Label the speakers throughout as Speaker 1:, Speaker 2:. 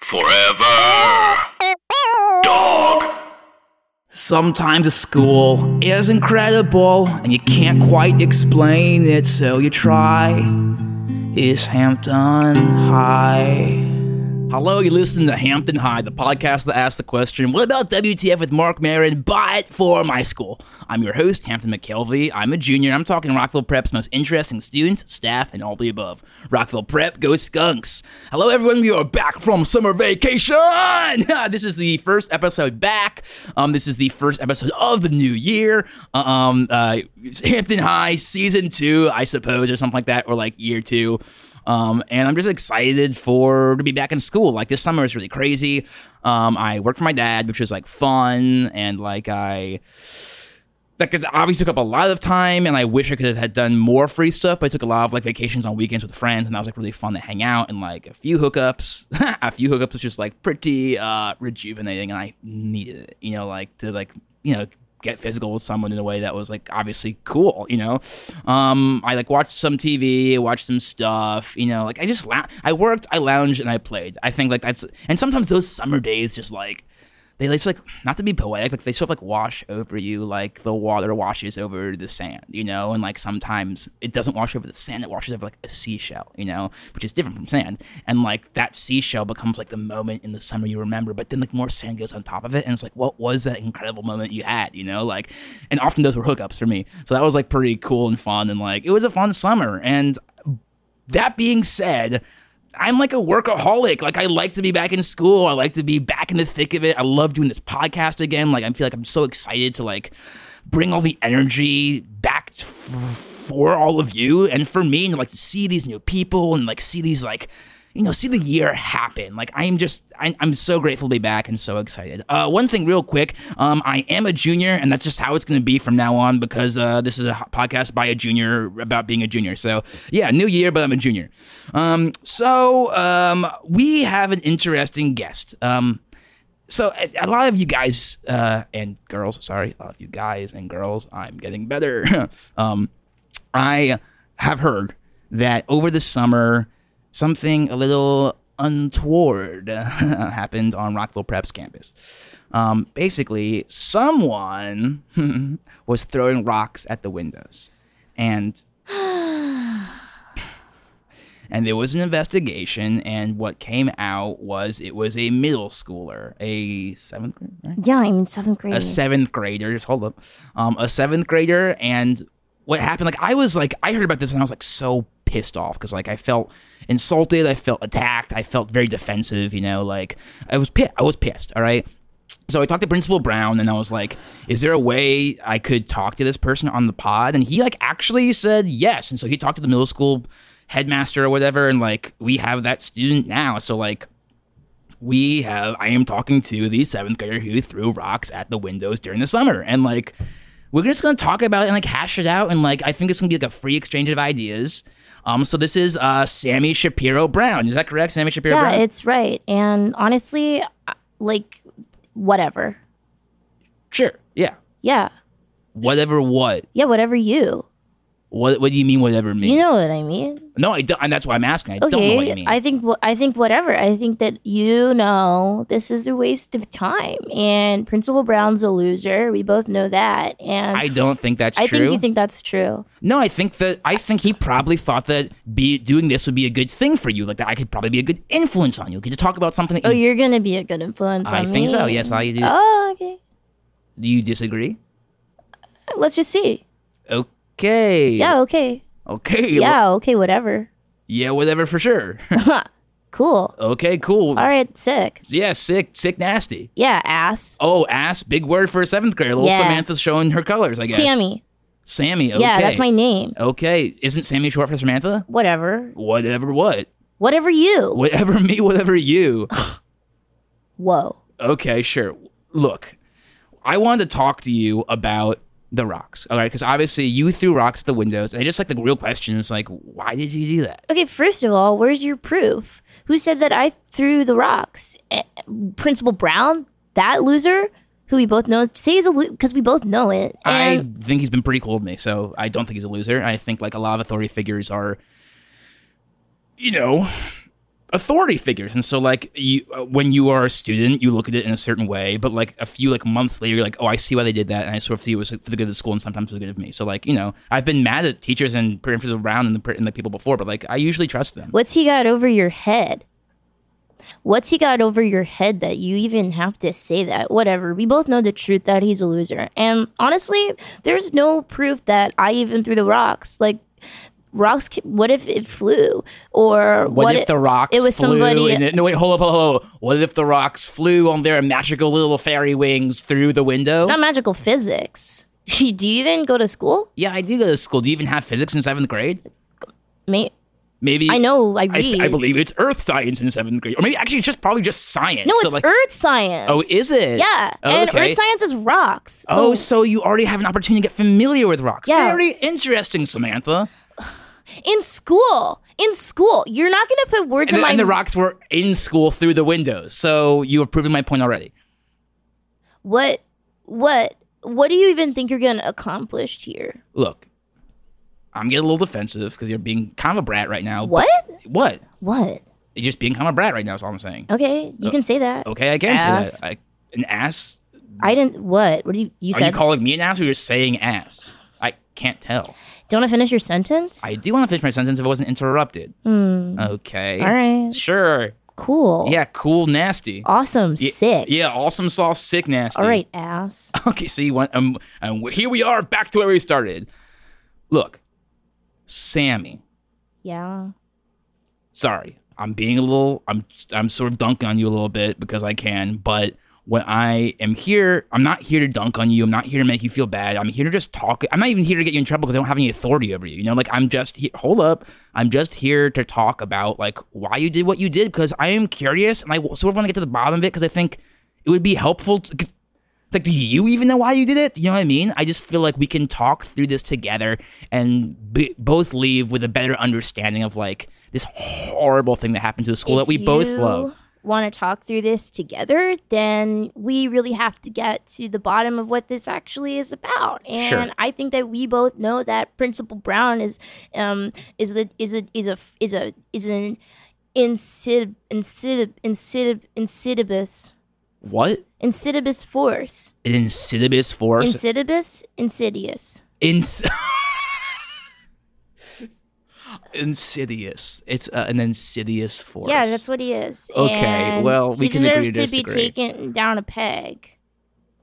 Speaker 1: Forever. Dog.
Speaker 2: Sometimes school is incredible and you can't quite explain it, so you try. Is Hampton High? Hello, you listen to Hampton High, the podcast that asks the question, What about WTF with Mark Marin, but for my school? I'm your host, Hampton McKelvey. I'm a junior. I'm talking Rockville Prep's most interesting students, staff, and all the above. Rockville Prep, go skunks. Hello, everyone. We are back from summer vacation. this is the first episode back. Um, this is the first episode of the new year. Um, uh, Hampton High, season two, I suppose, or something like that, or like year two. Um, and I'm just excited for to be back in school. Like this summer was really crazy. Um, I worked for my dad, which was like fun, and like I like it obviously took up a lot of time, and I wish I could have had done more free stuff. But I took a lot of like vacations on weekends with friends, and that was like really fun to hang out and like a few hookups. a few hookups was just like pretty uh, rejuvenating, and I needed it. You know, like to like you know get physical with someone in a way that was like obviously cool, you know. Um, I like watched some TV, watched some stuff, you know. Like I just lou- I worked, I lounged, and I played. I think like that's and sometimes those summer days just like they just like not to be poetic, but they sort of like wash over you like the water washes over the sand, you know. And like sometimes it doesn't wash over the sand; it washes over like a seashell, you know, which is different from sand. And like that seashell becomes like the moment in the summer you remember, but then like more sand goes on top of it, and it's like, what was that incredible moment you had, you know? Like, and often those were hookups for me, so that was like pretty cool and fun, and like it was a fun summer. And that being said, I'm like a workaholic. Like I like to be back in school. I like to be back in the thick of it. I love doing this podcast again. Like I feel like I'm so excited to like bring all the energy back f- for all of you and for me and like to see these new people and like see these like you know see the year happen like i am just I, i'm so grateful to be back and so excited uh, one thing real quick um, i am a junior and that's just how it's going to be from now on because uh, this is a hot podcast by a junior about being a junior so yeah new year but i'm a junior um, so um, we have an interesting guest um, so a, a lot of you guys uh, and girls sorry a lot of you guys and girls i'm getting better um, i have heard that over the summer something a little untoward happened on rockville prep's campus um, basically someone was throwing rocks at the windows and and there was an investigation and what came out was it was a middle schooler a seventh grade right?
Speaker 3: Yeah, I'm in seventh grade.
Speaker 2: a seventh grader. Just hold up, um, a seventh grader, and what happened? Like I was like I heard about this and I was like so pissed off because like I felt insulted, I felt attacked, I felt very defensive. You know, like I was pi- I was pissed. All right. So I talked to Principal Brown and I was like, is there a way I could talk to this person on the pod? And he like actually said yes. And so he talked to the middle school headmaster or whatever and like we have that student now. So like we have I am talking to the seventh grader who threw rocks at the windows during the summer. And like we're just gonna talk about it and like hash it out and like I think it's gonna be like a free exchange of ideas. Um so this is uh Sammy Shapiro Brown. Is that correct? Sammy Shapiro
Speaker 3: yeah,
Speaker 2: Brown?
Speaker 3: it's right. And honestly, I- like, whatever.
Speaker 2: sure. Yeah.
Speaker 3: Yeah.
Speaker 2: Whatever what?
Speaker 3: Yeah, whatever you.
Speaker 2: What what do you mean whatever me?
Speaker 3: You know what I mean?
Speaker 2: no, I don't and that's why I'm asking. I don't know what you
Speaker 3: Okay.
Speaker 2: mean.
Speaker 3: I think wh- I think whatever. I think that you know this is a waste of time and Principal Brown's a loser. We both know that. And
Speaker 2: I don't think that's
Speaker 3: I
Speaker 2: true.
Speaker 3: think you think that's true.
Speaker 2: No, I think that I think he probably thought that be doing this would be a good thing for you. Like that, I could probably be a good influence on you. Could you talk about something? That
Speaker 3: Oh,
Speaker 2: you,
Speaker 3: you're going to be a good influence
Speaker 2: I
Speaker 3: on me.
Speaker 2: think so. Yes, I do.
Speaker 3: Oh, okay.
Speaker 2: Do you disagree?
Speaker 3: Let's just see.
Speaker 2: Okay.
Speaker 3: Yeah, okay.
Speaker 2: Okay. wh-
Speaker 3: Yeah, okay, whatever.
Speaker 2: yeah. Whatever. For sure.
Speaker 3: Cool.
Speaker 2: okay. Cool.
Speaker 3: All right, sick.
Speaker 2: Yeah. Sick. Sick. Nasty.
Speaker 3: Yeah, ass.
Speaker 2: Oh, ass. Big word for a seventh grader. Little
Speaker 3: Yeah.
Speaker 2: Samantha's showing her colors. I guess.
Speaker 3: Sammy.
Speaker 2: Sammy. Okay.
Speaker 3: Yeah, that's my name.
Speaker 2: Okay. Isn't Sammy short for Samantha?
Speaker 3: Whatever.
Speaker 2: Whatever. What?
Speaker 3: Whatever you.
Speaker 2: Whatever me. Whatever you.
Speaker 3: Whoa.
Speaker 2: Okay, sure. Look, I wanted to talk to you about the rocks, all right? Because obviously you threw rocks at the windows, and I just like the real question is like, why did you do that?
Speaker 3: Okay, first of all, where's your proof? Who said that I threw the rocks? Eh, Principal Brown, that loser, who we both know, say he's a because we both know it.
Speaker 2: I
Speaker 3: And
Speaker 2: think he's been pretty cool to me, so I don't think he's a loser. I think like a lot of authority figures are, you know, authority figures, and so like you, uh, when you are a student, you look at it in a certain way, but like a few like months later, you're like, oh, I see why they did that, and I sort of see it was like, for the good of the school and sometimes for the good of me. So like you know, I've been mad at teachers and principals around and the, pr- and the people before, but like I usually trust them.
Speaker 3: what's he got over your head? What's he got over your head that you even have to say that? Whatever. We both know the truth that he's a loser. And honestly, there's no proof that I even threw the rocks. Like, rocks, ca- what if it flew? Or
Speaker 2: What, if the rocks
Speaker 3: it was
Speaker 2: flew
Speaker 3: somebody-
Speaker 2: in it- No, wait, hold up, hold up, hold up. What if the rocks flew on their magical little fairy wings through the window?
Speaker 3: not magical physics. Do you even go to school?
Speaker 2: Yeah, I do go to school. Do you even have physics in seventh grade?
Speaker 3: May-
Speaker 2: Maybe
Speaker 3: I know I read.
Speaker 2: I, th- I believe it's earth science in seventh grade, or maybe actually it's just probably just science.
Speaker 3: No,
Speaker 2: So,
Speaker 3: it's
Speaker 2: like-
Speaker 3: earth science.
Speaker 2: Oh, is it?
Speaker 3: Yeah,
Speaker 2: Oh,
Speaker 3: and
Speaker 2: okay.
Speaker 3: earth science is rocks. So
Speaker 2: oh, so you already have an opportunity to get familiar with rocks.
Speaker 3: Yeah.
Speaker 2: Very interesting, Samantha.
Speaker 3: in school, in school, you're not gonna put words
Speaker 2: And,
Speaker 3: in
Speaker 2: the-
Speaker 3: my
Speaker 2: and the rocks were in school through the windows, so you have proven my point already.
Speaker 3: What, what, what do you even think you're gonna accomplish here?
Speaker 2: Look, I'm getting a little defensive because you're being kind of a brat right now.
Speaker 3: What?
Speaker 2: What?
Speaker 3: What?
Speaker 2: You're just being kind of a brat right now. Is all I'm saying.
Speaker 3: Okay, you can say that.
Speaker 2: Okay, I can
Speaker 3: Ass.
Speaker 2: say that. I, an ass?
Speaker 3: I didn't. What? What do you? You
Speaker 2: Are you
Speaker 3: said.
Speaker 2: calling me an ass or you're saying ass? I can't tell.
Speaker 3: don't I finish your sentence?
Speaker 2: I do want to finish my sentence if I wasn't interrupted. Okay.
Speaker 3: Hmm. All right.
Speaker 2: Sure.
Speaker 3: Cool.
Speaker 2: Yeah, cool, nasty.
Speaker 3: Awesome.
Speaker 2: Yeah,
Speaker 3: sick.
Speaker 2: Yeah, awesome sauce, sick, nasty.
Speaker 3: All right, ass.
Speaker 2: Okay, see, one, um, um, here we are back to where we started. Look, Sammy,
Speaker 3: Yeah.
Speaker 2: sorry, I'm being a little, I'm, I'm sort of dunking on you a little bit because I can, but when I am here, I'm not here to dunk on you. I'm not here to make you feel bad. I'm here to just talk. I'm not even here to get you in trouble because I don't have any authority over you. You know, like I'm just here, hold up. I'm just here to talk about like why you did what you did because I am curious and I w- sort of want to get to the bottom of it because I think it would be helpful to. 'cause like do you even know why you did it you know what i mean i just feel like we can talk through this together and b- both leave with a better understanding of like this horrible thing that happened to the school that
Speaker 3: if
Speaker 2: we both
Speaker 3: you
Speaker 2: love
Speaker 3: Want to talk through this together? Then we really have to get to the bottom of what this actually is about. And
Speaker 2: Sure.
Speaker 3: I think that we both know that Principal Brown is um is a is a is a is a is an insid insid insid insidious
Speaker 2: what
Speaker 3: insidious force
Speaker 2: an insidious force
Speaker 3: insidious insidious.
Speaker 2: Ins- insidious it's uh, an insidious force
Speaker 3: Yeah, that's what he is.
Speaker 2: Okay,
Speaker 3: And
Speaker 2: well, we
Speaker 3: he
Speaker 2: can agree
Speaker 3: deserves
Speaker 2: to
Speaker 3: to be
Speaker 2: disagree.
Speaker 3: taken down a peg.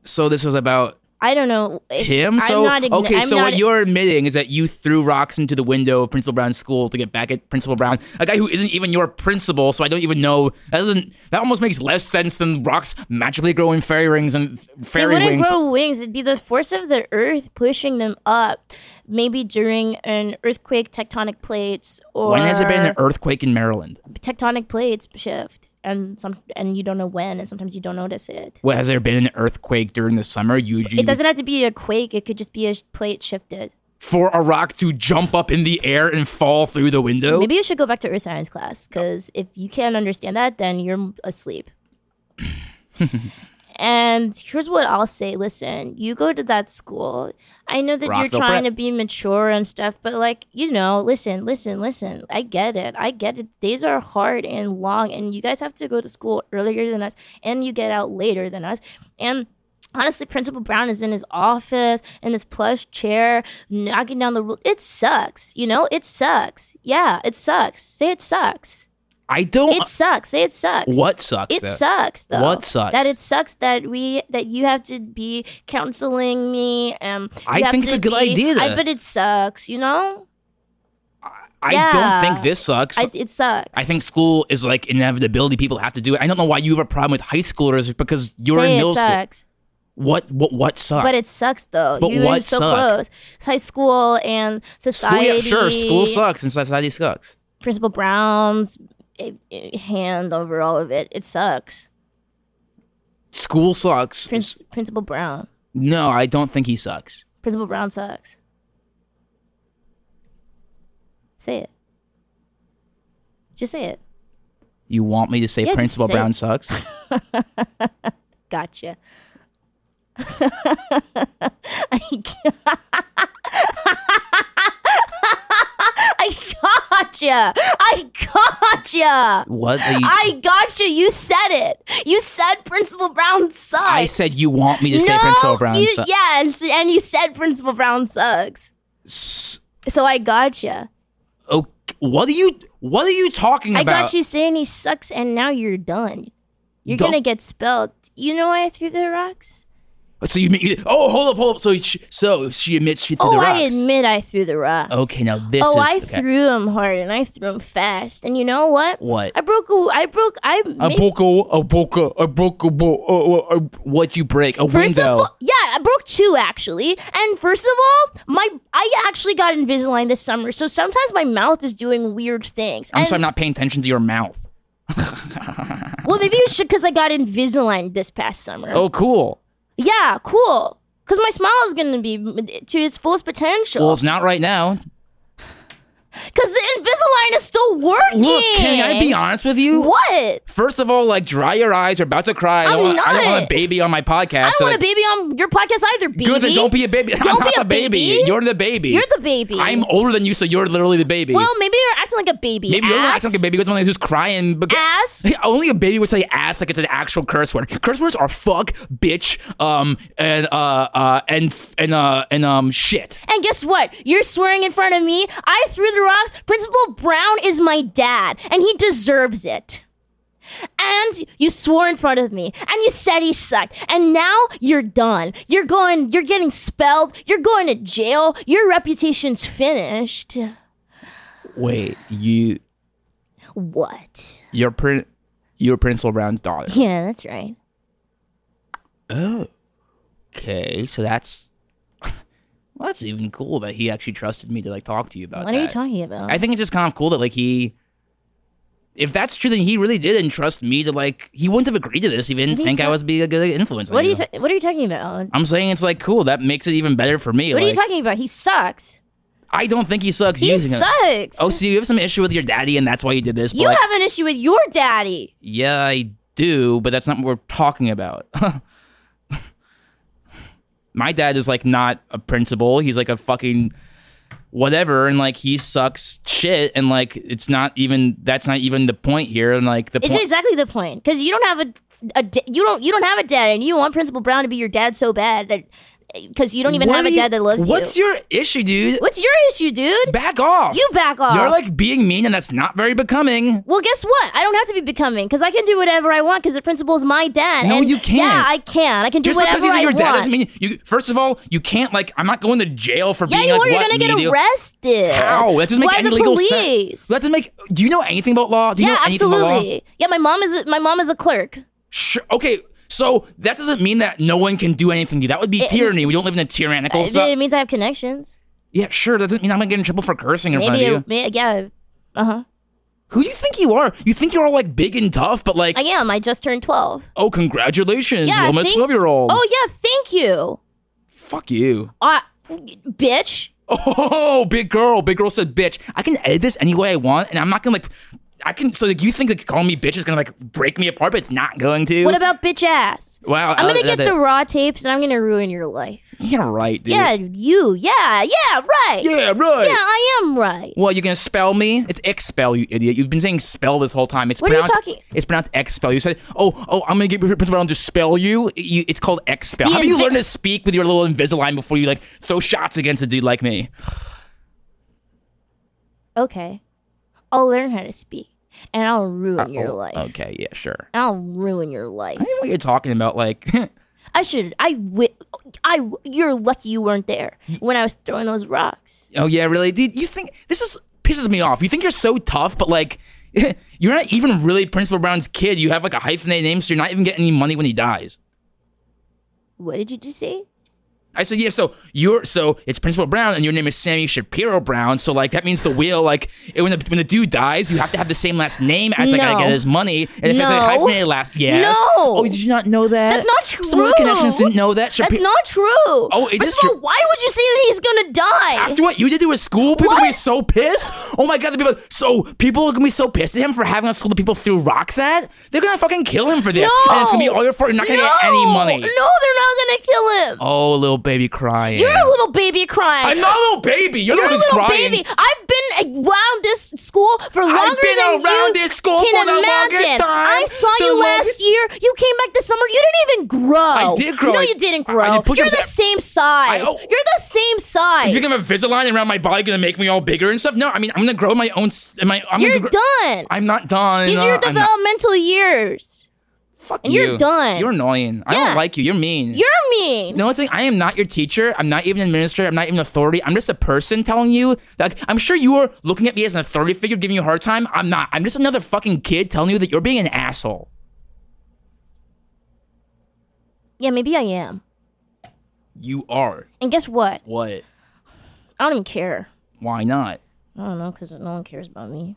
Speaker 2: so this was about
Speaker 3: I don't know if-
Speaker 2: him
Speaker 3: I'm
Speaker 2: so
Speaker 3: not ign-
Speaker 2: okay
Speaker 3: I'm
Speaker 2: so
Speaker 3: not-
Speaker 2: what you're admitting is that you threw rocks into the window of principal brown's school to get back at principal brown a guy who isn't even your principal so i don't even know that doesn't that almost makes less sense than rocks magically growing fairy rings and
Speaker 3: They
Speaker 2: fairy
Speaker 3: wouldn't
Speaker 2: wings
Speaker 3: grow wings. It'd be the force of the earth pushing them up, maybe during an earthquake, tectonic plates, or
Speaker 2: when has it been an earthquake in maryland
Speaker 3: tectonic plates shift, and some and you don't know when, and sometimes you don't notice it.
Speaker 2: what has there been an earthquake during the summer you, you
Speaker 3: It doesn't have to be a quake. It could just be a sh- plate shifted.
Speaker 2: for a rock to jump up in the air and fall through the window
Speaker 3: Maybe you should go back to earth science class because if you can't understand that, then you're asleep. and here's what I'll say listen, you go to that school. I know that
Speaker 2: Rockville
Speaker 3: you're trying
Speaker 2: Prep.
Speaker 3: to be mature and stuff, but like, you know, listen, listen, listen. I get it. I get it. Days are hard and long, and you guys have to go to school earlier than us, and you get out later than us. And honestly, Principal Brown is in his office in his plush chair, knocking down the rule. It sucks, you know. It sucks. Yeah, it sucks. Say it sucks.
Speaker 2: i don't
Speaker 3: It sucks. Say it sucks.
Speaker 2: what sucks
Speaker 3: It
Speaker 2: though?
Speaker 3: sucks though.
Speaker 2: What sucks?
Speaker 3: That it sucks that we that you have to be counseling me. Um,
Speaker 2: I
Speaker 3: you have
Speaker 2: think it's
Speaker 3: to
Speaker 2: a good
Speaker 3: be-
Speaker 2: idea.
Speaker 3: I but it sucks. You know,
Speaker 2: i
Speaker 3: yeah.
Speaker 2: don't think this sucks
Speaker 3: I, it sucks.
Speaker 2: I think school is like inevitability. People have to do it. I don't know why you have a problem with high schoolers because you're
Speaker 3: Say
Speaker 2: in
Speaker 3: it
Speaker 2: middle school.
Speaker 3: sucks.
Speaker 2: What what what sucks?
Speaker 3: But it sucks though.
Speaker 2: But
Speaker 3: you were
Speaker 2: what
Speaker 3: so
Speaker 2: suck?
Speaker 3: close. It's high school and
Speaker 2: school,
Speaker 3: society.
Speaker 2: yeah, sure, school sucks and society sucks.
Speaker 3: Principal Brown's eh, eh, hand over all of it. It sucks.
Speaker 2: School sucks.
Speaker 3: Prince, Principal Brown.
Speaker 2: no, I don't think he sucks.
Speaker 3: Principal Brown sucks. Say it. Just say it.
Speaker 2: You want me to say
Speaker 3: Yeah, just
Speaker 2: Principal
Speaker 3: say
Speaker 2: Brown
Speaker 3: it.
Speaker 2: sucks?
Speaker 3: Gotcha. I gotcha. I gotcha.
Speaker 2: what? Are you,
Speaker 3: I gotcha. You said it. You said Principal Brown sucks.
Speaker 2: I said you want me to say
Speaker 3: no,
Speaker 2: Principal Brown
Speaker 3: you-
Speaker 2: sucks.
Speaker 3: Yeah, and, so, and you said Principal Brown sucks.
Speaker 2: S-
Speaker 3: So I gotcha.
Speaker 2: Oh, what are you? What are you talking
Speaker 3: I
Speaker 2: about?
Speaker 3: got you saying he sucks, and now you're done. You're
Speaker 2: Don't-
Speaker 3: gonna get spelled. You know why I threw the rocks?
Speaker 2: So you mean? Oh, hold up, hold up. So she, so she admits she threw
Speaker 3: oh,
Speaker 2: the
Speaker 3: I
Speaker 2: rocks.
Speaker 3: admit I threw the rocks.
Speaker 2: okay, now this
Speaker 3: oh,
Speaker 2: is
Speaker 3: I
Speaker 2: okay.
Speaker 3: threw him hard and I threw him fast. And you know what?
Speaker 2: What?
Speaker 3: I broke. A, I broke. I.
Speaker 2: I
Speaker 3: made-
Speaker 2: broke a, I broke a, I broke a, bo- uh, uh, uh, what you break? A
Speaker 3: First
Speaker 2: window.
Speaker 3: of all, yeah, I broke two actually. And first of all, my I actually got Invisalign this summer, so sometimes my mouth is doing weird things.
Speaker 2: I'm
Speaker 3: And-
Speaker 2: sorry, I'm not paying attention to your mouth.
Speaker 3: well, maybe you should, because I got Invisalign this past summer.
Speaker 2: Oh, cool.
Speaker 3: Yeah, cool. Because my smile is gonna be m- to its fullest potential.
Speaker 2: Well, it's not right now.
Speaker 3: Because the Invisalign is still working.
Speaker 2: Look, can I be honest with you?
Speaker 3: What?
Speaker 2: First of all, like dry your eyes. You're about to cry. I don't,
Speaker 3: I'm
Speaker 2: want, I don't
Speaker 3: not.
Speaker 2: want a baby on my podcast.
Speaker 3: I don't
Speaker 2: so
Speaker 3: want
Speaker 2: like,
Speaker 3: a baby on your podcast either, baby.
Speaker 2: Good, then don't be a baby. I'm
Speaker 3: Don't
Speaker 2: not
Speaker 3: be a
Speaker 2: the baby.
Speaker 3: baby.
Speaker 2: You're the baby.
Speaker 3: You're the baby.
Speaker 2: I'm older than you, so you're literally the baby.
Speaker 3: Well, maybe you're acting like a baby.
Speaker 2: Maybe you're
Speaker 3: ass.
Speaker 2: acting like a baby because one of who's crying. Because
Speaker 3: Ass.
Speaker 2: See, only a baby would say ass like it's an actual curse word. Curse words are fuck, bitch, um, and uh, uh, and and uh, and um, shit.
Speaker 3: And guess what? You're swearing in front of me. I threw the rocks. Principal Brown is my dad, and he deserves it. And you swore in front of me, and you said he sucked, and now you're done. You're going. You're getting spelled. You're going to jail. Your reputation's finished.
Speaker 2: Wait, you,
Speaker 3: What?
Speaker 2: you're prin- you're Principal Brown's daughter.
Speaker 3: Yeah, that's right.
Speaker 2: Oh, okay. So that's well, that's even cool that he actually trusted me to like talk to you about.
Speaker 3: What are you
Speaker 2: that.
Speaker 3: talking about?
Speaker 2: I think it's just kind of cool that like he. If that's true, then he really did entrust me to like. He wouldn't have agreed to this if he didn't
Speaker 3: What are you
Speaker 2: think I
Speaker 3: ta-
Speaker 2: was being a good influence. on
Speaker 3: what are you? ta- what are you talking about? Owen?
Speaker 2: I'm saying it's like cool. That makes it even better for me.
Speaker 3: What are you
Speaker 2: like,
Speaker 3: talking about? He sucks.
Speaker 2: I don't think he sucks.
Speaker 3: He
Speaker 2: using Him.
Speaker 3: sucks.
Speaker 2: Oh, so you have some issue with your daddy, and that's why you did this. but,
Speaker 3: you
Speaker 2: like,
Speaker 3: have an issue with your daddy.
Speaker 2: Yeah, I do, but that's not what we're talking about. My dad is like not a principal. He's like a fucking whatever, and like he sucks shit, and like it's not even that's not even the point here. And like the
Speaker 3: It's
Speaker 2: point,
Speaker 3: exactly the point because you don't have a, a da- you don't you don't have a dad and you want Principal Brown to be your dad so bad that because you don't even
Speaker 2: What
Speaker 3: have
Speaker 2: are
Speaker 3: a
Speaker 2: you-
Speaker 3: dad that loves
Speaker 2: What's
Speaker 3: you.
Speaker 2: your issue, dude?
Speaker 3: what's your issue, dude?
Speaker 2: Back off.
Speaker 3: you back off.
Speaker 2: You're like being mean, and that's not very becoming.
Speaker 3: well, guess what? I don't have to be becoming because I can do whatever I want because the principal is my dad.
Speaker 2: No,
Speaker 3: and
Speaker 2: you can't.
Speaker 3: Yeah, I can. I can do
Speaker 2: Just
Speaker 3: whatever
Speaker 2: because he's
Speaker 3: I
Speaker 2: your
Speaker 3: want.
Speaker 2: dad doesn't mean you. First of all, you can't like. I'm not going to jail for
Speaker 3: yeah,
Speaker 2: being
Speaker 3: you
Speaker 2: like
Speaker 3: are. You're
Speaker 2: what,
Speaker 3: gonna get
Speaker 2: media-
Speaker 3: arrested.
Speaker 2: How? That doesn't make
Speaker 3: Why
Speaker 2: any
Speaker 3: the
Speaker 2: legal sense.
Speaker 3: police?
Speaker 2: That doesn't make. Do you know anything about law? Do you
Speaker 3: yeah,
Speaker 2: know anything about law?
Speaker 3: absolutely. Yeah, my mom is a, my mom is a clerk.
Speaker 2: Sure. Okay. So that doesn't mean that no one can do anything to you. That would be tyranny. We don't live in a tyrannical.
Speaker 3: It,
Speaker 2: so-
Speaker 3: it means I have connections.
Speaker 2: yeah, sure. That doesn't mean I'm gonna get in trouble for cursing in front
Speaker 3: Maybe.
Speaker 2: of you.
Speaker 3: It, may, yeah. Uh huh.
Speaker 2: Who do you think you are? You think you're all like big and tough, but like,
Speaker 3: I am. I just turned twelve.
Speaker 2: oh, congratulations,
Speaker 3: Yeah,
Speaker 2: you're almost
Speaker 3: thank-
Speaker 2: twelve year old.
Speaker 3: Oh yeah, thank you.
Speaker 2: fuck you.
Speaker 3: Uh, bitch.
Speaker 2: Oh, big girl. Big girl said, bitch. I can edit this any way I want, and I'm not gonna like. I can. So like, you think like calling me bitch is gonna like break me apart, but it's not going to.
Speaker 3: What about bitch ass?
Speaker 2: Wow.
Speaker 3: I'm gonna
Speaker 2: uh,
Speaker 3: get
Speaker 2: that-
Speaker 3: the raw tapes and I'm gonna ruin your life.
Speaker 2: You're right, dude.
Speaker 3: Yeah, you. Yeah, yeah, right.
Speaker 2: Yeah, right.
Speaker 3: Yeah, I am right.
Speaker 2: Well, you're gonna spell me? It's expel, you idiot. You've been saying spell this whole time. It's
Speaker 3: What are you
Speaker 2: pronounced,
Speaker 3: talking-
Speaker 2: It's pronounced expel. You said, oh, oh, I'm gonna get Principal Brown to spell you. It- you- It's called expel.
Speaker 3: The
Speaker 2: How do you
Speaker 3: invi-
Speaker 2: learn to speak with your little Invisalign before you like throw shots against a dude like me?
Speaker 3: Okay, I'll learn how to speak and I'll ruin your
Speaker 2: Oh,
Speaker 3: life.
Speaker 2: Okay, yeah, sure.
Speaker 3: I'll ruin your life.
Speaker 2: I think what you're talking about, like,
Speaker 3: I should. I. Wi- I. w- You're lucky you weren't there when I was throwing those rocks.
Speaker 2: oh yeah, really, dude. You think this is pisses me off? You think you're so tough, but like. You're not even really Principal Brown's kid. You have like a hyphenated name, so you're not even getting any money when he dies.
Speaker 3: What did you just say?
Speaker 2: I said, yeah, so you're so it's Principal Brown and your name is Sammy Shapiro Brown. So like that means the will, like it, when the when the dude dies, you have to have the same last name as the guy to
Speaker 3: No.
Speaker 2: get his money. And if it's a
Speaker 3: No.
Speaker 2: hyphenated last yes.
Speaker 3: No.
Speaker 2: Oh, did you not know that?
Speaker 3: That's not
Speaker 2: Some of the connections
Speaker 3: true.
Speaker 2: didn't know that. Shapi-
Speaker 3: That's not true. Oh,
Speaker 2: it is
Speaker 3: First of all,
Speaker 2: true.
Speaker 3: why would you say that he's gonna die?
Speaker 2: after what you did to his school, people gonna be
Speaker 3: What?
Speaker 2: so pissed. Oh my god, the people so people are gonna be so pissed at him for having a school that people threw rocks at. They're gonna fucking kill him for this.
Speaker 3: no.
Speaker 2: And it's gonna be all your fault. You're not gonna get any
Speaker 3: No.
Speaker 2: money.
Speaker 3: No, they're not gonna kill him.
Speaker 2: Oh, little baby crying.
Speaker 3: You're a little baby crying.
Speaker 2: I'm not a little baby. You're,
Speaker 3: You're
Speaker 2: the
Speaker 3: a
Speaker 2: one who's
Speaker 3: little
Speaker 2: crying.
Speaker 3: baby. I've been around this school for longer
Speaker 2: been
Speaker 3: than
Speaker 2: around
Speaker 3: you
Speaker 2: this school
Speaker 3: can
Speaker 2: for the longest
Speaker 3: imagine.
Speaker 2: time.
Speaker 3: I saw
Speaker 2: The
Speaker 3: you
Speaker 2: longest-
Speaker 3: last year. You came back this summer. You didn't even grow. I
Speaker 2: did grow.
Speaker 3: No,
Speaker 2: I-
Speaker 3: you didn't
Speaker 2: I- I
Speaker 3: grow.
Speaker 2: did put you in
Speaker 3: You're the
Speaker 2: that-
Speaker 3: same size.
Speaker 2: I- oh.
Speaker 3: You're the same size.
Speaker 2: If you think of a Invisalign around my body gonna make me all bigger and stuff? No, I mean I'm gonna grow my own. s- My I'm
Speaker 3: You're
Speaker 2: gonna gr-
Speaker 3: done.
Speaker 2: I'm not done.
Speaker 3: These are your
Speaker 2: I'm not-
Speaker 3: developmental years.
Speaker 2: Fuck
Speaker 3: and you're
Speaker 2: you.
Speaker 3: done.
Speaker 2: You're annoying. I
Speaker 3: Yeah.
Speaker 2: don't like you. You're mean.
Speaker 3: You're mean.
Speaker 2: the only thing I am not your teacher. I'm not even an administrator. I'm not even an authority. I'm just a person telling you. Like I'm sure you are looking at me as an authority figure, giving you a hard time. I'm not. I'm just another fucking kid telling you that you're being an asshole.
Speaker 3: Yeah, maybe I am.
Speaker 2: You are.
Speaker 3: And guess what?
Speaker 2: What?
Speaker 3: I don't even care.
Speaker 2: Why not?
Speaker 3: I don't know because no one cares about me.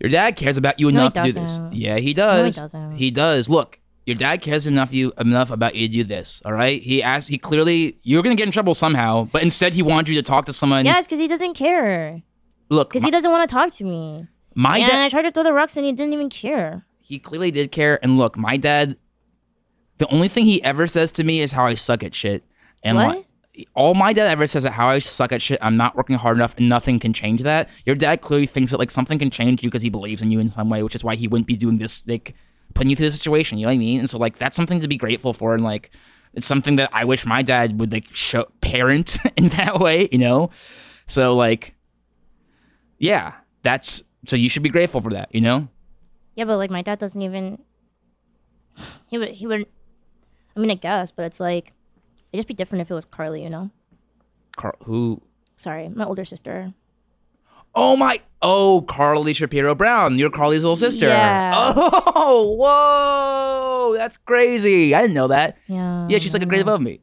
Speaker 2: Your dad cares about you
Speaker 3: No, he
Speaker 2: enough to do this.
Speaker 3: doesn't.
Speaker 2: Yeah, he does.
Speaker 3: doesn't.
Speaker 2: He does. Look, your dad cares enough you enough about you to do this. All right. He asked. He clearly you're gonna get in trouble somehow, but instead he wanted you to talk to someone.
Speaker 3: Yeah, it's because he doesn't care.
Speaker 2: Look,
Speaker 3: Because
Speaker 2: my,
Speaker 3: he doesn't want to talk to me.
Speaker 2: my
Speaker 3: and I
Speaker 2: dad.
Speaker 3: tried to throw the rocks and he didn't even care.
Speaker 2: He clearly did care. And look, my dad. The only thing he ever says to me is how I suck at shit. And
Speaker 3: What?
Speaker 2: like, all my dad ever says is how I suck at shit. I'm not working hard enough, and nothing can change that. Your dad clearly thinks that like something can change you because he believes in you in some way, which is why he wouldn't be doing this like putting you through this situation. You know what I mean? And so like that's something to be grateful for, and like it's something that I wish my dad would like show parent in that way. You know, so like yeah, that's so you should be grateful for that. You know,
Speaker 3: Yeah, but like my dad doesn't even. He would. He would. I mean, I guess, but it's like it'd just be different if it was Carly, you know.
Speaker 2: Carl, who
Speaker 3: Sorry, my older sister.
Speaker 2: Oh my! Oh, Carly Shapiro Brown, you're Carly's little sister.
Speaker 3: Yeah.
Speaker 2: Oh, whoa! That's crazy. I didn't know that.
Speaker 3: Yeah.
Speaker 2: Yeah, she's like a grade above me.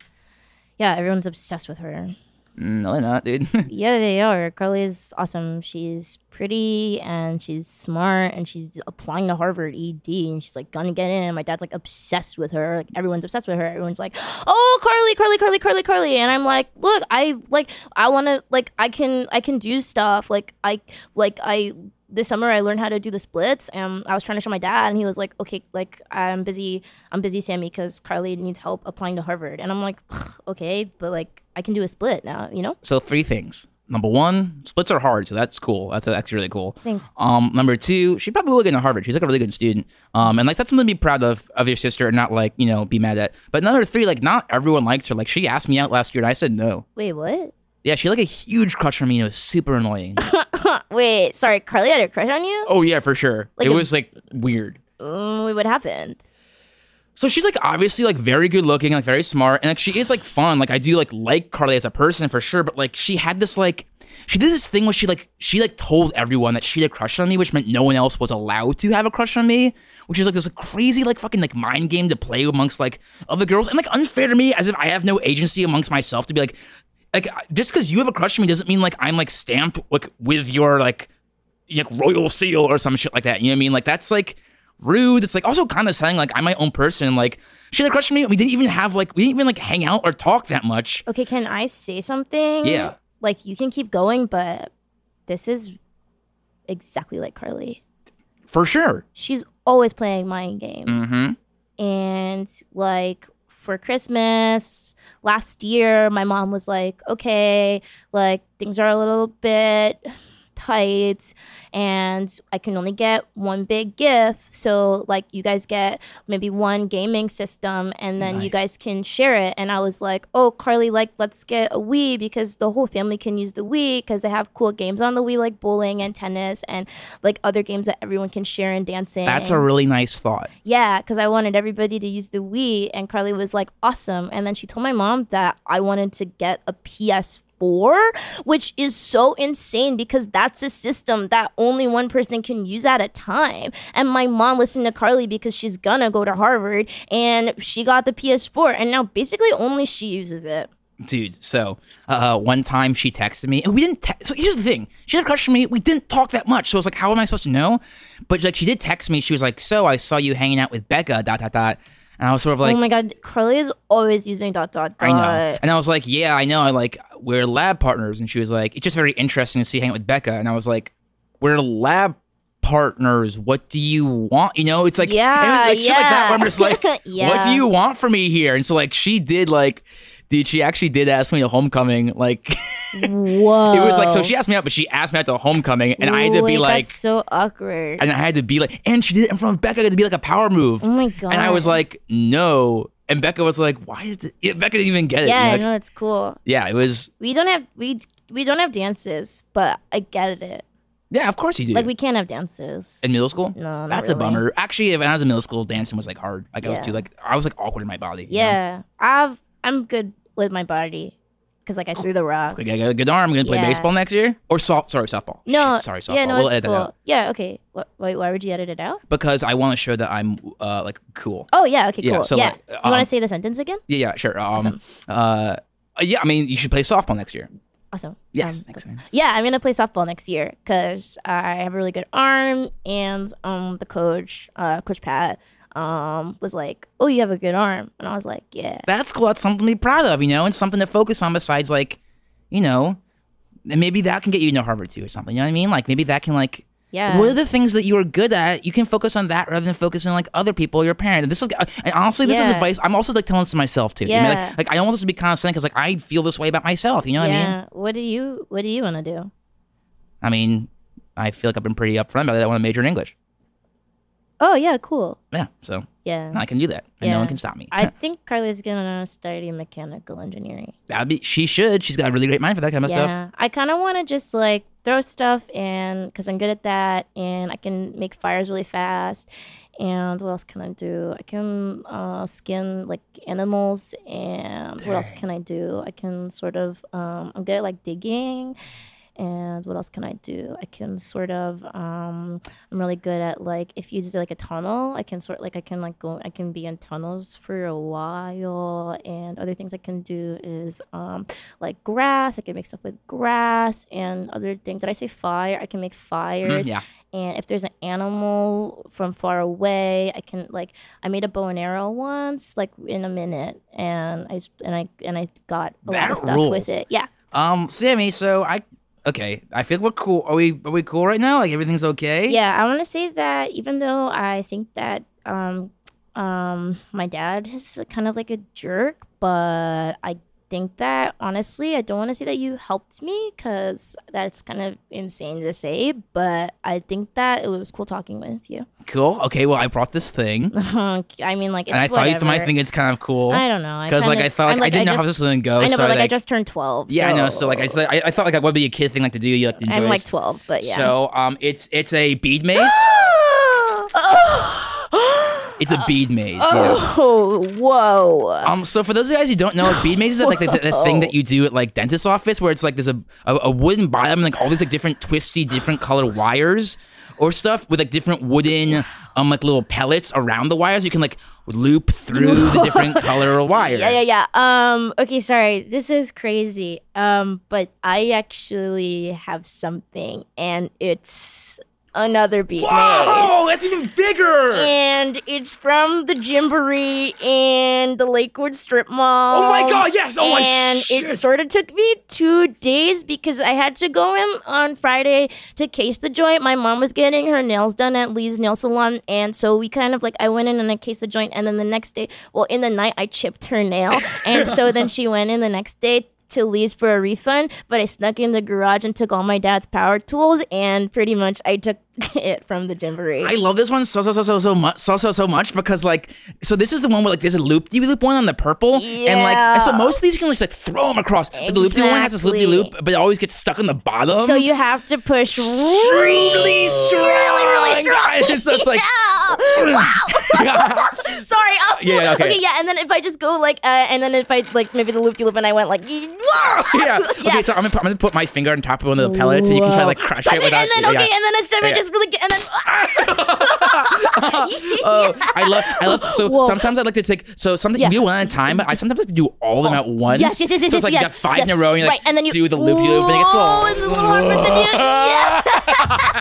Speaker 3: Yeah, everyone's obsessed with her.
Speaker 2: No, they're not, dude.
Speaker 3: Yeah, they are. Carly is awesome. She's pretty and she's smart and she's applying to Harvard ED and she's like gonna get in. My dad's like obsessed with her. Like everyone's obsessed with her. Everyone's like, "Oh, Carly, Carly, Carly, Carly, Carly." And I'm like, "Look, I like I want to like I can I can do stuff. Like I like I this summer I learned how to do the splits and I was trying to show my dad and he was like, "Okay, like I'm busy. I'm busy, Sammy, cuz Carly needs help applying to Harvard." And I'm like, "Okay, but like I can do a split now, you know?"
Speaker 2: so three things. Number one, splits are hard, so that's cool. That's actually really cool.
Speaker 3: Thanks.
Speaker 2: Um, number two, she probably will get into Harvard. She's like a really good student. Um, and like that's something to be proud of of your sister, and not like you know be mad at. But number three, like not everyone likes her. Like she asked me out last year, and I said no.
Speaker 3: Wait, what?
Speaker 2: Yeah, she had, like a huge crush on me. And it was super annoying.
Speaker 3: Wait, sorry, Carly had a crush on you?
Speaker 2: oh yeah, for sure.
Speaker 3: Like
Speaker 2: it
Speaker 3: a-
Speaker 2: was like weird.
Speaker 3: Mm, wait, what happened?
Speaker 2: So she's like obviously like very good looking, like very smart, and like she is like fun. Like I do like like Carly as a person for sure, but like she had this like she did this thing where she like she like told everyone that she had a crush on me, which meant no one else was allowed to have a crush on me, which is like this like, crazy like fucking like mind game to play amongst like other girls and like unfair to me as if I have no agency amongst myself to be like like just because you have a crush on me doesn't mean like I'm like stamped like with your like like royal seal or some shit like that. You know what I mean? Like that's like rude. It's like also kind of saying like I'm my own person. Like she had a crush on me. and We didn't even have like we didn't even like hang out or talk that much.
Speaker 3: Okay, can I say something?
Speaker 2: Yeah.
Speaker 3: Like, you can keep going, but this is exactly like Carly.
Speaker 2: For sure.
Speaker 3: She's always playing mind games.
Speaker 2: Mhm.
Speaker 3: And, like, for Christmas last year, my mom was like, okay, like, things are a little bit tight and I can only get one big gift. So like you guys get maybe one gaming system and then you guys can share it. And I was like, oh Carly, like let's get a Wii because the whole family can use the Wii because they have cool games on the Wii like bowling and tennis and like other games that everyone can share and dancing.
Speaker 2: That's a really nice thought.
Speaker 3: Yeah, because I wanted everybody to use the Wii, and Carly was like, awesome. And then she told my mom that I wanted to get a PS4 four, which is so insane because that's a system that only one person can use at a time. And my mom listened to Carly because she's gonna go to Harvard and she got the PS4 and now basically only she uses it.
Speaker 2: dude. So uh, one time she texted me, and we didn't. Te- so here's the thing: she had a crush on me. We didn't talk that much, so I was like, "How am I supposed to know?" But like, she did text me. She was like, "So I saw you hanging out with Becca." Dot dot dot. And I was sort of like,
Speaker 3: oh my god, Carly is always using dot dot dot.
Speaker 2: I know. And I was like, yeah, I know. I like we're lab partners. And she was like, it's just very interesting to see you hang out with Becca. And I was like, we're lab partners. What do you want? You know, it's like and it was
Speaker 3: Yeah,
Speaker 2: like shit like that. Where I'm just like,
Speaker 3: yeah. Yeah.
Speaker 2: what do you want from me here? And so like she did like. Dude, she actually did ask me to homecoming. Like it
Speaker 3: Whoa.
Speaker 2: was like so she asked me out, but she asked me out to homecoming, and I had to be
Speaker 3: Wait,
Speaker 2: like,
Speaker 3: Oh. that's so awkward.
Speaker 2: and I had to be like, and she did it in front of Becca. It had to be like a power move.
Speaker 3: oh my god.
Speaker 2: and I was like, no. And Becca was like, why is it? yeah, Becca didn't even get it.
Speaker 3: yeah,
Speaker 2: Like,
Speaker 3: no, it's cool.
Speaker 2: yeah, it was
Speaker 3: We don't have we we don't have dances, but I get it.
Speaker 2: Yeah, of course you do.
Speaker 3: Like we can't have dances.
Speaker 2: in middle school.
Speaker 3: No, not
Speaker 2: that's a
Speaker 3: really.
Speaker 2: bummer. Actually, when I was in middle school, dancing was like hard. Like I was
Speaker 3: Yeah.
Speaker 2: too like I was like awkward in my body. you know?
Speaker 3: yeah, I've I'm good with my body because like I threw the rocks.
Speaker 2: Like I got a good arm. I'm gonna play
Speaker 3: Yeah.
Speaker 2: baseball next year or soft. Sorry, softball.
Speaker 3: no,
Speaker 2: Shit, sorry, softball.
Speaker 3: Yeah, no,
Speaker 2: we'll
Speaker 3: it's
Speaker 2: edit
Speaker 3: cool.
Speaker 2: that out
Speaker 3: Yeah, okay. What, wait, why would you edit it out?
Speaker 2: because I want to show that I'm uh like cool.
Speaker 3: Oh yeah, okay,
Speaker 2: Yeah,
Speaker 3: cool.
Speaker 2: so,
Speaker 3: yeah,
Speaker 2: like,
Speaker 3: you want
Speaker 2: um,
Speaker 3: to say the sentence again?
Speaker 2: Yeah, yeah, sure. Um, uh, yeah. I mean, you should play softball next year.
Speaker 3: Awesome.
Speaker 2: Yes,
Speaker 3: Um,
Speaker 2: thanks, man.
Speaker 3: yeah, I'm gonna play softball next year because I have a really good arm, and um, the coach, uh, Coach Pat, um, was like, "Oh, you have a good arm," and I was like, "Yeah."
Speaker 2: That's cool. That's something to be proud of. You know, and something to focus on besides like, you know, and maybe that can get you into Harvard too or something. You know what I mean? Like maybe that can like
Speaker 3: Yeah.
Speaker 2: What are the things that you are good at? You can focus on that rather than focus on like other people, your parent. And this is, uh, and honestly, this is
Speaker 3: Yeah.
Speaker 2: advice. I'm also like telling this to myself too. You know, like-
Speaker 3: Yeah.
Speaker 2: like, I don't want this to be constant because like I feel this way about myself. You know what
Speaker 3: yeah. What do you What do you want to do?
Speaker 2: I mean? I mean, I feel like I've been pretty upfront about it. I want to major in English.
Speaker 3: Oh yeah, cool.
Speaker 2: Yeah, so
Speaker 3: Yeah.
Speaker 2: I can do that, and no
Speaker 3: Yeah.
Speaker 2: one can stop me.
Speaker 3: I think Carly's gonna study mechanical engineering.
Speaker 2: That'd be. She should. She's got a really great mind for that kind of
Speaker 3: yeah.
Speaker 2: stuff.
Speaker 3: I kind of want to just like throw stuff and because I'm good at that and I can make fires really fast. And what else can I do? I can uh, skin like animals. And what else can I do? I can sort of, um, I'm good at like digging. And what else can I do? I can sort of, um, I'm really good at like, if you do like a tunnel, I can sort like, I can like go, I can be in tunnels for a while. And other things I can do is, um, like grass. I can make stuff with grass and other things. Did I say fire? I can make fires.
Speaker 2: Mm-hmm, Mm, yeah.
Speaker 3: And if there's an animal from far away, I can like I made a bow and arrow once, like in a minute, and I s- and I and I got a lot
Speaker 2: That
Speaker 3: of stuff
Speaker 2: rules.
Speaker 3: with it. Yeah.
Speaker 2: Um, Sammy. So I. Okay, I feel like we're cool. Are we? Are we cool right now? Like everything's okay?
Speaker 3: Yeah, I want to say that even though I think that um um my dad is kind of like a jerk, but I think that honestly, I don't want to say that you helped me cuz that's kind of insane to say, but I think that it was cool talking with you.
Speaker 2: Cool. Okay. Well, I brought this thing,
Speaker 3: I mean like it's
Speaker 2: and I thought you
Speaker 3: whatever.
Speaker 2: might think it's kind of cool.
Speaker 3: I don't know. I
Speaker 2: because like
Speaker 3: kind
Speaker 2: I
Speaker 3: of-
Speaker 2: thought like,
Speaker 3: I'm
Speaker 2: I didn't know how
Speaker 3: just-
Speaker 2: this was gonna go.
Speaker 3: I know,
Speaker 2: so
Speaker 3: but like I
Speaker 2: like-
Speaker 3: just turned twelve.
Speaker 2: yeah, I know. So like I, just, like, I I thought like that would be a kid thing like to do. You like to enjoy.
Speaker 3: I'm like
Speaker 2: this.
Speaker 3: twelve, but yeah.
Speaker 2: So um, it's it's a bead maze. it's a bead maze. yeah.
Speaker 3: oh, whoa!
Speaker 2: Um, so for those of you guys who don't know, like, bead maze is like the, the, the thing that you do at like dentist office where it's like there's a a, a wooden bottom and like all these like different twisty, different colored wires or stuff with like different wooden um like little pellets around the wires. You can like loop through the different color wires.
Speaker 3: Yeah, yeah, yeah. Um, okay, sorry. This is crazy. Um, but I actually have something, and it's another beat
Speaker 2: Oh,
Speaker 3: maze.
Speaker 2: that's even bigger.
Speaker 3: And it's from the Gymboree and the Lakewood Strip Mall.
Speaker 2: Oh my God, yes. Oh my
Speaker 3: And it
Speaker 2: shit.
Speaker 3: sort of took me two days because I had to go in on Friday to case the joint. My mom was getting her nails done at Lee's Nail Salon, and so we kind of like I went in and I cased the joint, and then the next day, well, in the night I chipped her nail, and so then she went in the next day. To Lee's for a refund, but I snuck in the garage and took all my dad's power tools, and pretty much I took it from the jamboree.
Speaker 2: I love this one so so so so so much so so so much because like so this is the one where like there's a loop de loop one on the purple and
Speaker 3: Yeah.
Speaker 2: like so most of these you can just like throw them across but the loop de one has this loop de loop but it always gets stuck on the bottom
Speaker 3: so you have to push
Speaker 2: really strong
Speaker 3: really, really strong.
Speaker 2: so it's like
Speaker 3: Yeah.
Speaker 2: yeah.
Speaker 3: Sorry. Oh,
Speaker 2: Yeah, yeah, okay.
Speaker 3: Yeah. And then if I just go like, uh, and then if I like maybe the loop de loop, and I went like, whoa.
Speaker 2: Yeah. Okay, so I'm gonna, put, I'm gonna put my finger on top of one of the pellets, and you can try to like crush it without.
Speaker 3: and then okay,
Speaker 2: yeah.
Speaker 3: and then instead I
Speaker 2: Yeah.
Speaker 3: just really get, and then
Speaker 2: Oh, I love, I love. So
Speaker 3: Whoa.
Speaker 2: sometimes I like to take, so something
Speaker 3: Yeah. Oh,
Speaker 2: you do one at a time. But I sometimes like to do all of them at once.
Speaker 3: yes, yes, yes, yes,
Speaker 2: So it's like
Speaker 3: yes,
Speaker 2: you got five
Speaker 3: yes.
Speaker 2: in a row, and you like
Speaker 3: Right, and then you-
Speaker 2: do the loop, loop, and it gets
Speaker 3: Whoa, and the
Speaker 2: all.
Speaker 3: little one, but then you- yeah.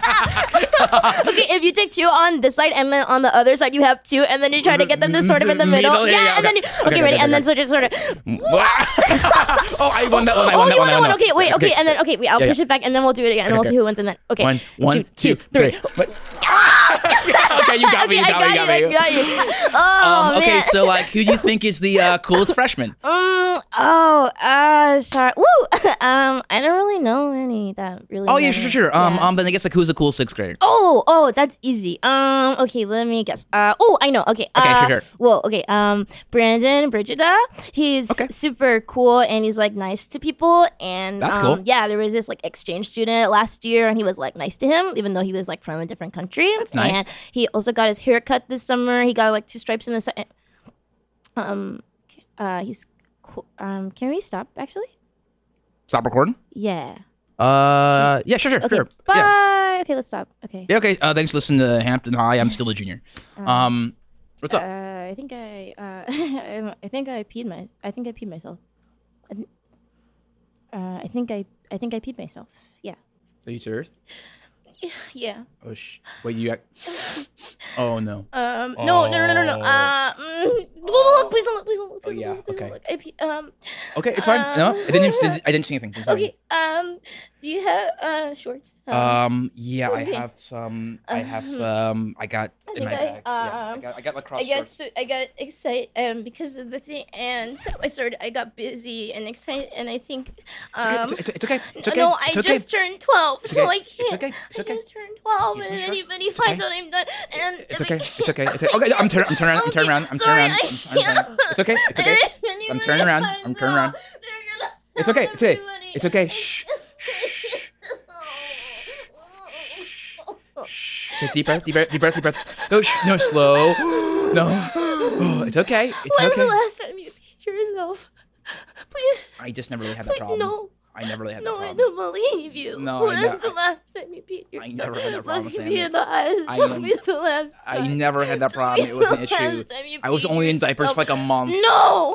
Speaker 3: okay, if you take two on this side and then on the other side you have two, and then you try to get them to sort of in the middle.
Speaker 2: Middle, yeah,
Speaker 3: yeah,
Speaker 2: yeah,
Speaker 3: and then you,
Speaker 2: okay.
Speaker 3: okay,
Speaker 2: Okay,
Speaker 3: ready,
Speaker 2: okay,
Speaker 3: and then
Speaker 2: okay.
Speaker 3: so just sort of.
Speaker 2: oh, I won that one. I
Speaker 3: oh,
Speaker 2: won that
Speaker 3: you
Speaker 2: one. I
Speaker 3: won
Speaker 2: won
Speaker 3: that one. Okay, wait, okay, and then okay, wait, I'll
Speaker 2: Yeah,
Speaker 3: push
Speaker 2: yeah.
Speaker 3: it back, and then we'll do it again, and we'll
Speaker 2: Okay.
Speaker 3: see who wins, and then okay,
Speaker 2: One, one, two, three. But- okay, you got me. You
Speaker 3: Okay, I
Speaker 2: got me. You got
Speaker 3: you,
Speaker 2: me.
Speaker 3: I Oh, got you. Oh
Speaker 2: Um,
Speaker 3: man.
Speaker 2: okay, so like, who do you think is the uh, coolest freshman?
Speaker 3: Mm, oh, uh, sorry. Woo. um, I don't really know any that really.
Speaker 2: Oh yeah,
Speaker 3: matter.
Speaker 2: sure, sure, sure. Um,
Speaker 3: Yeah.
Speaker 2: um, then I guess like who's a cool sixth grader?
Speaker 3: Oh, oh, that's easy. Um, okay, let me guess. Uh, oh, I know. Okay.
Speaker 2: Okay,
Speaker 3: uh,
Speaker 2: sure, sure.
Speaker 3: Whoa. Okay. Um, Brandon Brigida. He's
Speaker 2: Okay.
Speaker 3: super cool and he's like nice to people. And
Speaker 2: That's
Speaker 3: um,
Speaker 2: cool.
Speaker 3: Yeah, there was this like exchange student last year, and he was like nice to him, even though he was like from a different country.
Speaker 2: nice.
Speaker 3: And he also got his hair cut this summer. He got like two stripes in the side. Um, uh, he's cool. Um, can we stop actually?
Speaker 2: Stop recording.
Speaker 3: Yeah.
Speaker 2: Uh, yeah, sure, sure,
Speaker 3: Okay.
Speaker 2: sure.
Speaker 3: Bye.
Speaker 2: Yeah.
Speaker 3: Okay, let's stop. Okay.
Speaker 2: Yeah, okay. Uh, thanks for listening to Hampton High. I'm still a junior.
Speaker 3: Uh-huh.
Speaker 2: Um, what's up?
Speaker 3: Uh, I think I, uh, I think I peed my, I think I peed myself. I, th- uh, I think I, I think I peed myself. Yeah.
Speaker 2: Are you serious?
Speaker 3: Yeah.
Speaker 2: Oh, sh- wait, you act. Oh, no.
Speaker 3: Um. No. No. No. No. No. no. Uh. Mm, oh, please don't. look, Please don't. look, Please
Speaker 2: Oh, yeah,
Speaker 3: Don't, look, please
Speaker 2: okay.
Speaker 3: Don't look. I pee, um.
Speaker 2: Okay, it's fine. no, I didn't, I didn't see anything. It's fine.
Speaker 3: Okay. Um. Do you have uh shorts?
Speaker 2: Um, yeah,
Speaker 3: Okay.
Speaker 2: I have some. I have
Speaker 3: Um,
Speaker 2: some. I got
Speaker 3: I
Speaker 2: in my bag.
Speaker 3: think I-
Speaker 2: yeah, I
Speaker 3: um,
Speaker 2: got, I got lacrosse
Speaker 3: I got
Speaker 2: Uh, shorts.
Speaker 3: so I got excited um because of the thing and so I started I got busy and excited and I think um
Speaker 2: It's okay. It's okay. It's okay.
Speaker 3: No,
Speaker 2: it's
Speaker 3: I
Speaker 2: okay.
Speaker 3: just turned 12, so
Speaker 2: okay.
Speaker 3: I
Speaker 2: It's
Speaker 3: can't.
Speaker 2: okay. It's okay.
Speaker 3: I just turned 12,
Speaker 2: Use
Speaker 3: and
Speaker 2: your
Speaker 3: if
Speaker 2: shorts.
Speaker 3: anybody
Speaker 2: It's
Speaker 3: finds
Speaker 2: okay.
Speaker 3: out I'm done, and
Speaker 2: It's okay. It's okay. It's okay. Okay, no, I'm turning. I'm turning around. I'm turning around. I'm turning
Speaker 3: sorry,
Speaker 2: around.
Speaker 3: I
Speaker 2: I'm, I'm turning. It's
Speaker 3: can't.
Speaker 2: okay. It's okay. I'm turning around. I'm turning around. It's okay. It's okay. It's okay. Shh. Take deep breath. Deep breath. Deep breath. Deep breath. No. Shh, no. Slow. No. Oh, it's okay. It's
Speaker 3: When's
Speaker 2: okay.
Speaker 3: the last time you peed yourself? Please,
Speaker 2: I just never really had that
Speaker 3: please,
Speaker 2: problem.
Speaker 3: no.
Speaker 2: I never really had
Speaker 3: No, I
Speaker 2: that problem.
Speaker 3: don't believe you.
Speaker 2: No, I
Speaker 3: When's
Speaker 2: know-
Speaker 3: the last time you peed
Speaker 2: I
Speaker 3: yourself?
Speaker 2: never had that problem,
Speaker 3: Look me
Speaker 2: Sammy.
Speaker 3: in the eyes.
Speaker 2: I
Speaker 3: Tell
Speaker 2: am-
Speaker 3: me the last
Speaker 2: I,
Speaker 3: time.
Speaker 2: never had that
Speaker 3: Tell me
Speaker 2: problem. It was an
Speaker 3: the
Speaker 2: issue.
Speaker 3: last time you
Speaker 2: I was
Speaker 3: peed
Speaker 2: only in diapers for
Speaker 3: yourself.
Speaker 2: like a month.
Speaker 3: Oh,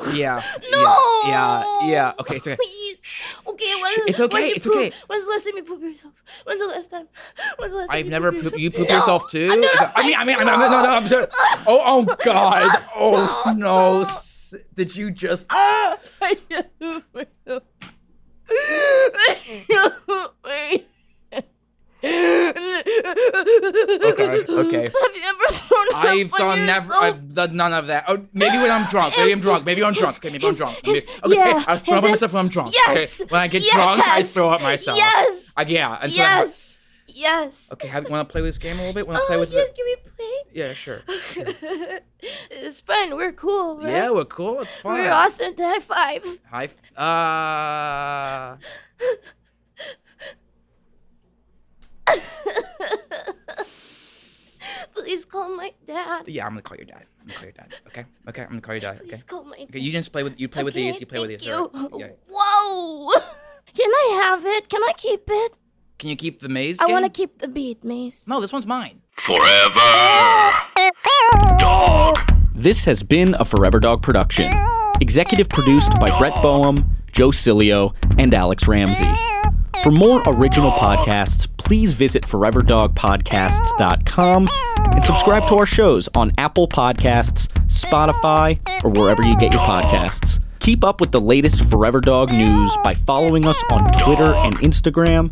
Speaker 3: No.
Speaker 2: Yeah.
Speaker 3: No.
Speaker 2: Yeah. Yeah. yeah. Okay. It's okay.
Speaker 3: Please. Okay. When's,
Speaker 2: It's okay,
Speaker 3: When's you
Speaker 2: it's
Speaker 3: poop?
Speaker 2: okay.
Speaker 3: When's the last time you pooped yourself? When's the last time? When's the last time
Speaker 2: I've
Speaker 3: you
Speaker 2: never
Speaker 3: pooped
Speaker 2: pooped. You
Speaker 3: yourself?
Speaker 2: pooped yourself
Speaker 3: No.
Speaker 2: too.
Speaker 3: No, no, no,
Speaker 2: I mean, I mean, I mean, I mean, no, no, I'm sorry. Oh, oh God. Oh no. S- Did you just?
Speaker 3: Ah, I just pooped myself. I just pooped myself.
Speaker 2: okay.
Speaker 3: Have you ever thrown up
Speaker 2: I've
Speaker 3: on
Speaker 2: done never.
Speaker 3: yourself?
Speaker 2: I've done none of that. Oh, maybe when I'm drunk. Maybe I'm drunk. Maybe I'm drunk. Okay, maybe I'm drunk. Maybe, okay,
Speaker 3: Yeah.
Speaker 2: I throw up on myself when I'm drunk.
Speaker 3: Yes.
Speaker 2: Okay, when I get drunk, I
Speaker 3: Yes.
Speaker 2: throw up myself.
Speaker 3: Yes.
Speaker 2: I, yeah. And so I-
Speaker 3: yes. Yes.
Speaker 2: okay, have, wanna play with this game a little bit? Wanna play
Speaker 3: Oh,
Speaker 2: with
Speaker 3: yes.
Speaker 2: it?
Speaker 3: Can we play?
Speaker 2: Yeah, sure. sure.
Speaker 3: it's fun. We're cool, right?
Speaker 2: Yeah, we're cool. It's fine.
Speaker 3: We're awesome. High five.
Speaker 2: High. F- uh.
Speaker 3: Please call my dad.
Speaker 2: Yeah, I'm gonna call your dad. I'm gonna call your dad. Okay. Okay. I'm gonna call your dad. Okay.
Speaker 3: Please call my dad.
Speaker 2: Okay, you just play with you play with
Speaker 3: Okay,
Speaker 2: these. You play with
Speaker 3: thank
Speaker 2: these.
Speaker 3: You.
Speaker 2: all right. Yeah.
Speaker 3: Whoa! Can I have it? Can I keep it?
Speaker 2: Can you keep the maze?
Speaker 3: I want to
Speaker 2: game?
Speaker 3: keep the beat, Mace.
Speaker 2: No, this one's mine.
Speaker 1: Forever. Dog.
Speaker 4: This has been a Forever Dog production. Executive produced by Brett Boehm, Joe Cilio, and Alex Ramsey. For more original podcasts, please visit foreverdogpodcasts.com and subscribe to our shows on Apple Podcasts, Spotify, or wherever you get your podcasts. Keep up with the latest Forever Dog news by following us on Twitter and Instagram